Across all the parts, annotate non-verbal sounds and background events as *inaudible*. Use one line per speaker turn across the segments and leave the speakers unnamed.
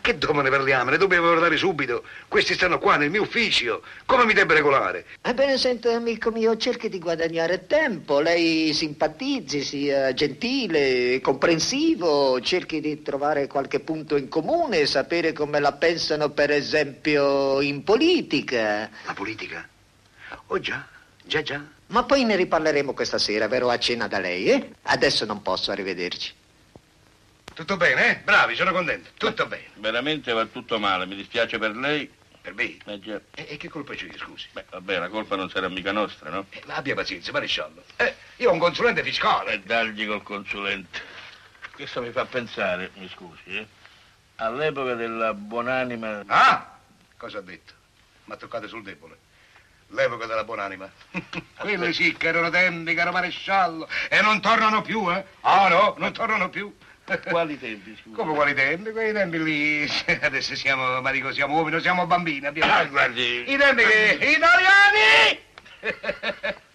Che domani parliamo? Ne dobbiamo parlare subito. Questi stanno qua nel mio ufficio. Come mi devo regolare?
Ebbene, senta, amico mio, cerchi di guadagnare tempo. Lei simpatizzi, sia gentile, comprensivo, cerchi di trovare qualche punto in comune, sapere come la pensano, per esempio, in politica.
La politica? Oh già, già già.
Ma poi ne riparleremo questa sera, vero? A cena da lei, eh? Adesso non posso, arrivederci.
Tutto bene, eh? Bravi, sono contento. Tutto bene.
Veramente va tutto male, mi dispiace per lei.
Per me?
Eh già.
E, e che colpa c'è, scusi?
Beh, vabbè, la colpa non sarà mica nostra, no?
Eh, ma abbia pazienza, maresciallo. Eh, io ho un consulente
E
fiscale.
dargli col consulente. Questo mi fa pensare, mi scusi, eh, all'epoca della buonanima...
Ah! Cosa ha detto? Ma toccate sul debole. L'epoca della buonanima. *laughs* Quelli sì che erano tempi, caro maresciallo. E non tornano più, eh? Ah no, non tornano più.
Quali tempi, scusi?
Come quali tempi? Quei tempi lì. *laughs* Adesso siamo, ma dico, siamo uomini, non siamo bambini. Abbiamo...
Ah, guardi.
I tempi che. Italiani!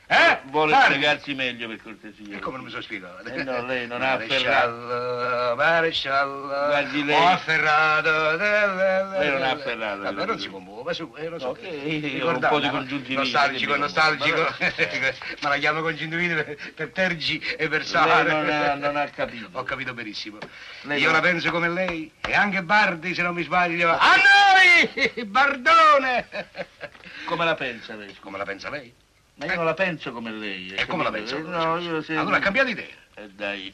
eh?
Vuole
Parli.
spiegarsi meglio, per cortesia.
E come non mi sono spiegato?
Eh no, lei non ha
afferrato.
Guardi
Maresciallo,
lei.
ho afferrato.
Lei
Lei
non ha afferrato,
Vabbè,
credo
non
di
si
sì.
commuova, su, eh, lo so.
No, che io
Eh,
ho un po' di
no?
congiuntivite,
Nostalgico,
che mi
nostalgico.
commuova.
*laughs*
Vabbè.
Ma la chiamo congiuntivite per, per tergi e per
Lei
sale.
non ha, non ha capito.
Ho capito benissimo.
Lei
Io
non-
la penso come lei e anche Bardi, se non mi sbaglio. A noi! *laughs* Bardone!
Come la pensa lei? scusi?
Come la pensa lei?
Ma io non la penso come lei. eh,
E come la pensa?
capito? Eh, No, io se...
Allora ha cambiato idea.
Eh, dai,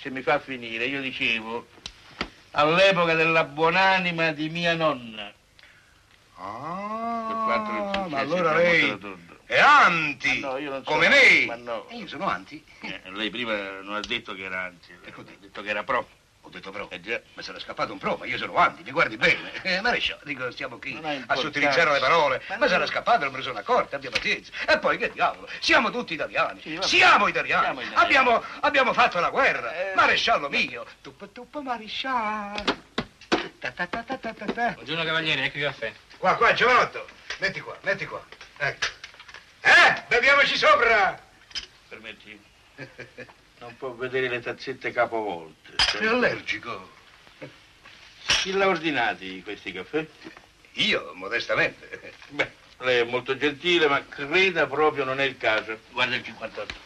se mi fa finire, io dicevo, all'epoca della buonanima di mia nonna. Per quanto non
Ah,
successe
ma allora
il
lei
tramonto rotondo.
è anti,
Ma no, io non sono
come
anti,
me.
ma no.
E Io sono anti.
Eh, lei prima non ha detto che era anzi,
Ecco,
ha detto che era pro.
Ho detto però,
Eh già.
mi sarà scappato un pro, ma io sono anti, mi guardi bene. *laughs* Eh, maresciallo, dico, stiamo qui
Non ha
a
importanza.
sottilizzare le parole.
Ma
Ma
non-
mi sarà scappato, non me ne sono accorto, abbia pazienza. E poi che diavolo, siamo tutti italiani,
Sì, vabbè.
siamo italiani,
Siamo italiani.
Abbiamo, abbiamo fatto la guerra.
Eh.
Maresciallo mio, tuppa tuppa maresciallo. Ta ta ta ta ta ta ta.
Buongiorno cavaliere, ecco il caffè.
Qua, qua, giovanotto, metti qua, metti qua. Ecco. Eh, beviamoci sopra.
*laughs* Permetti. Non può vedere le tazzette capovolte.
Sei allergico?
Chi l'ha ordinati questi caffè?
Io, modestamente.
Beh, lei è molto gentile, ma creda proprio non è il caso. Guarda il 58.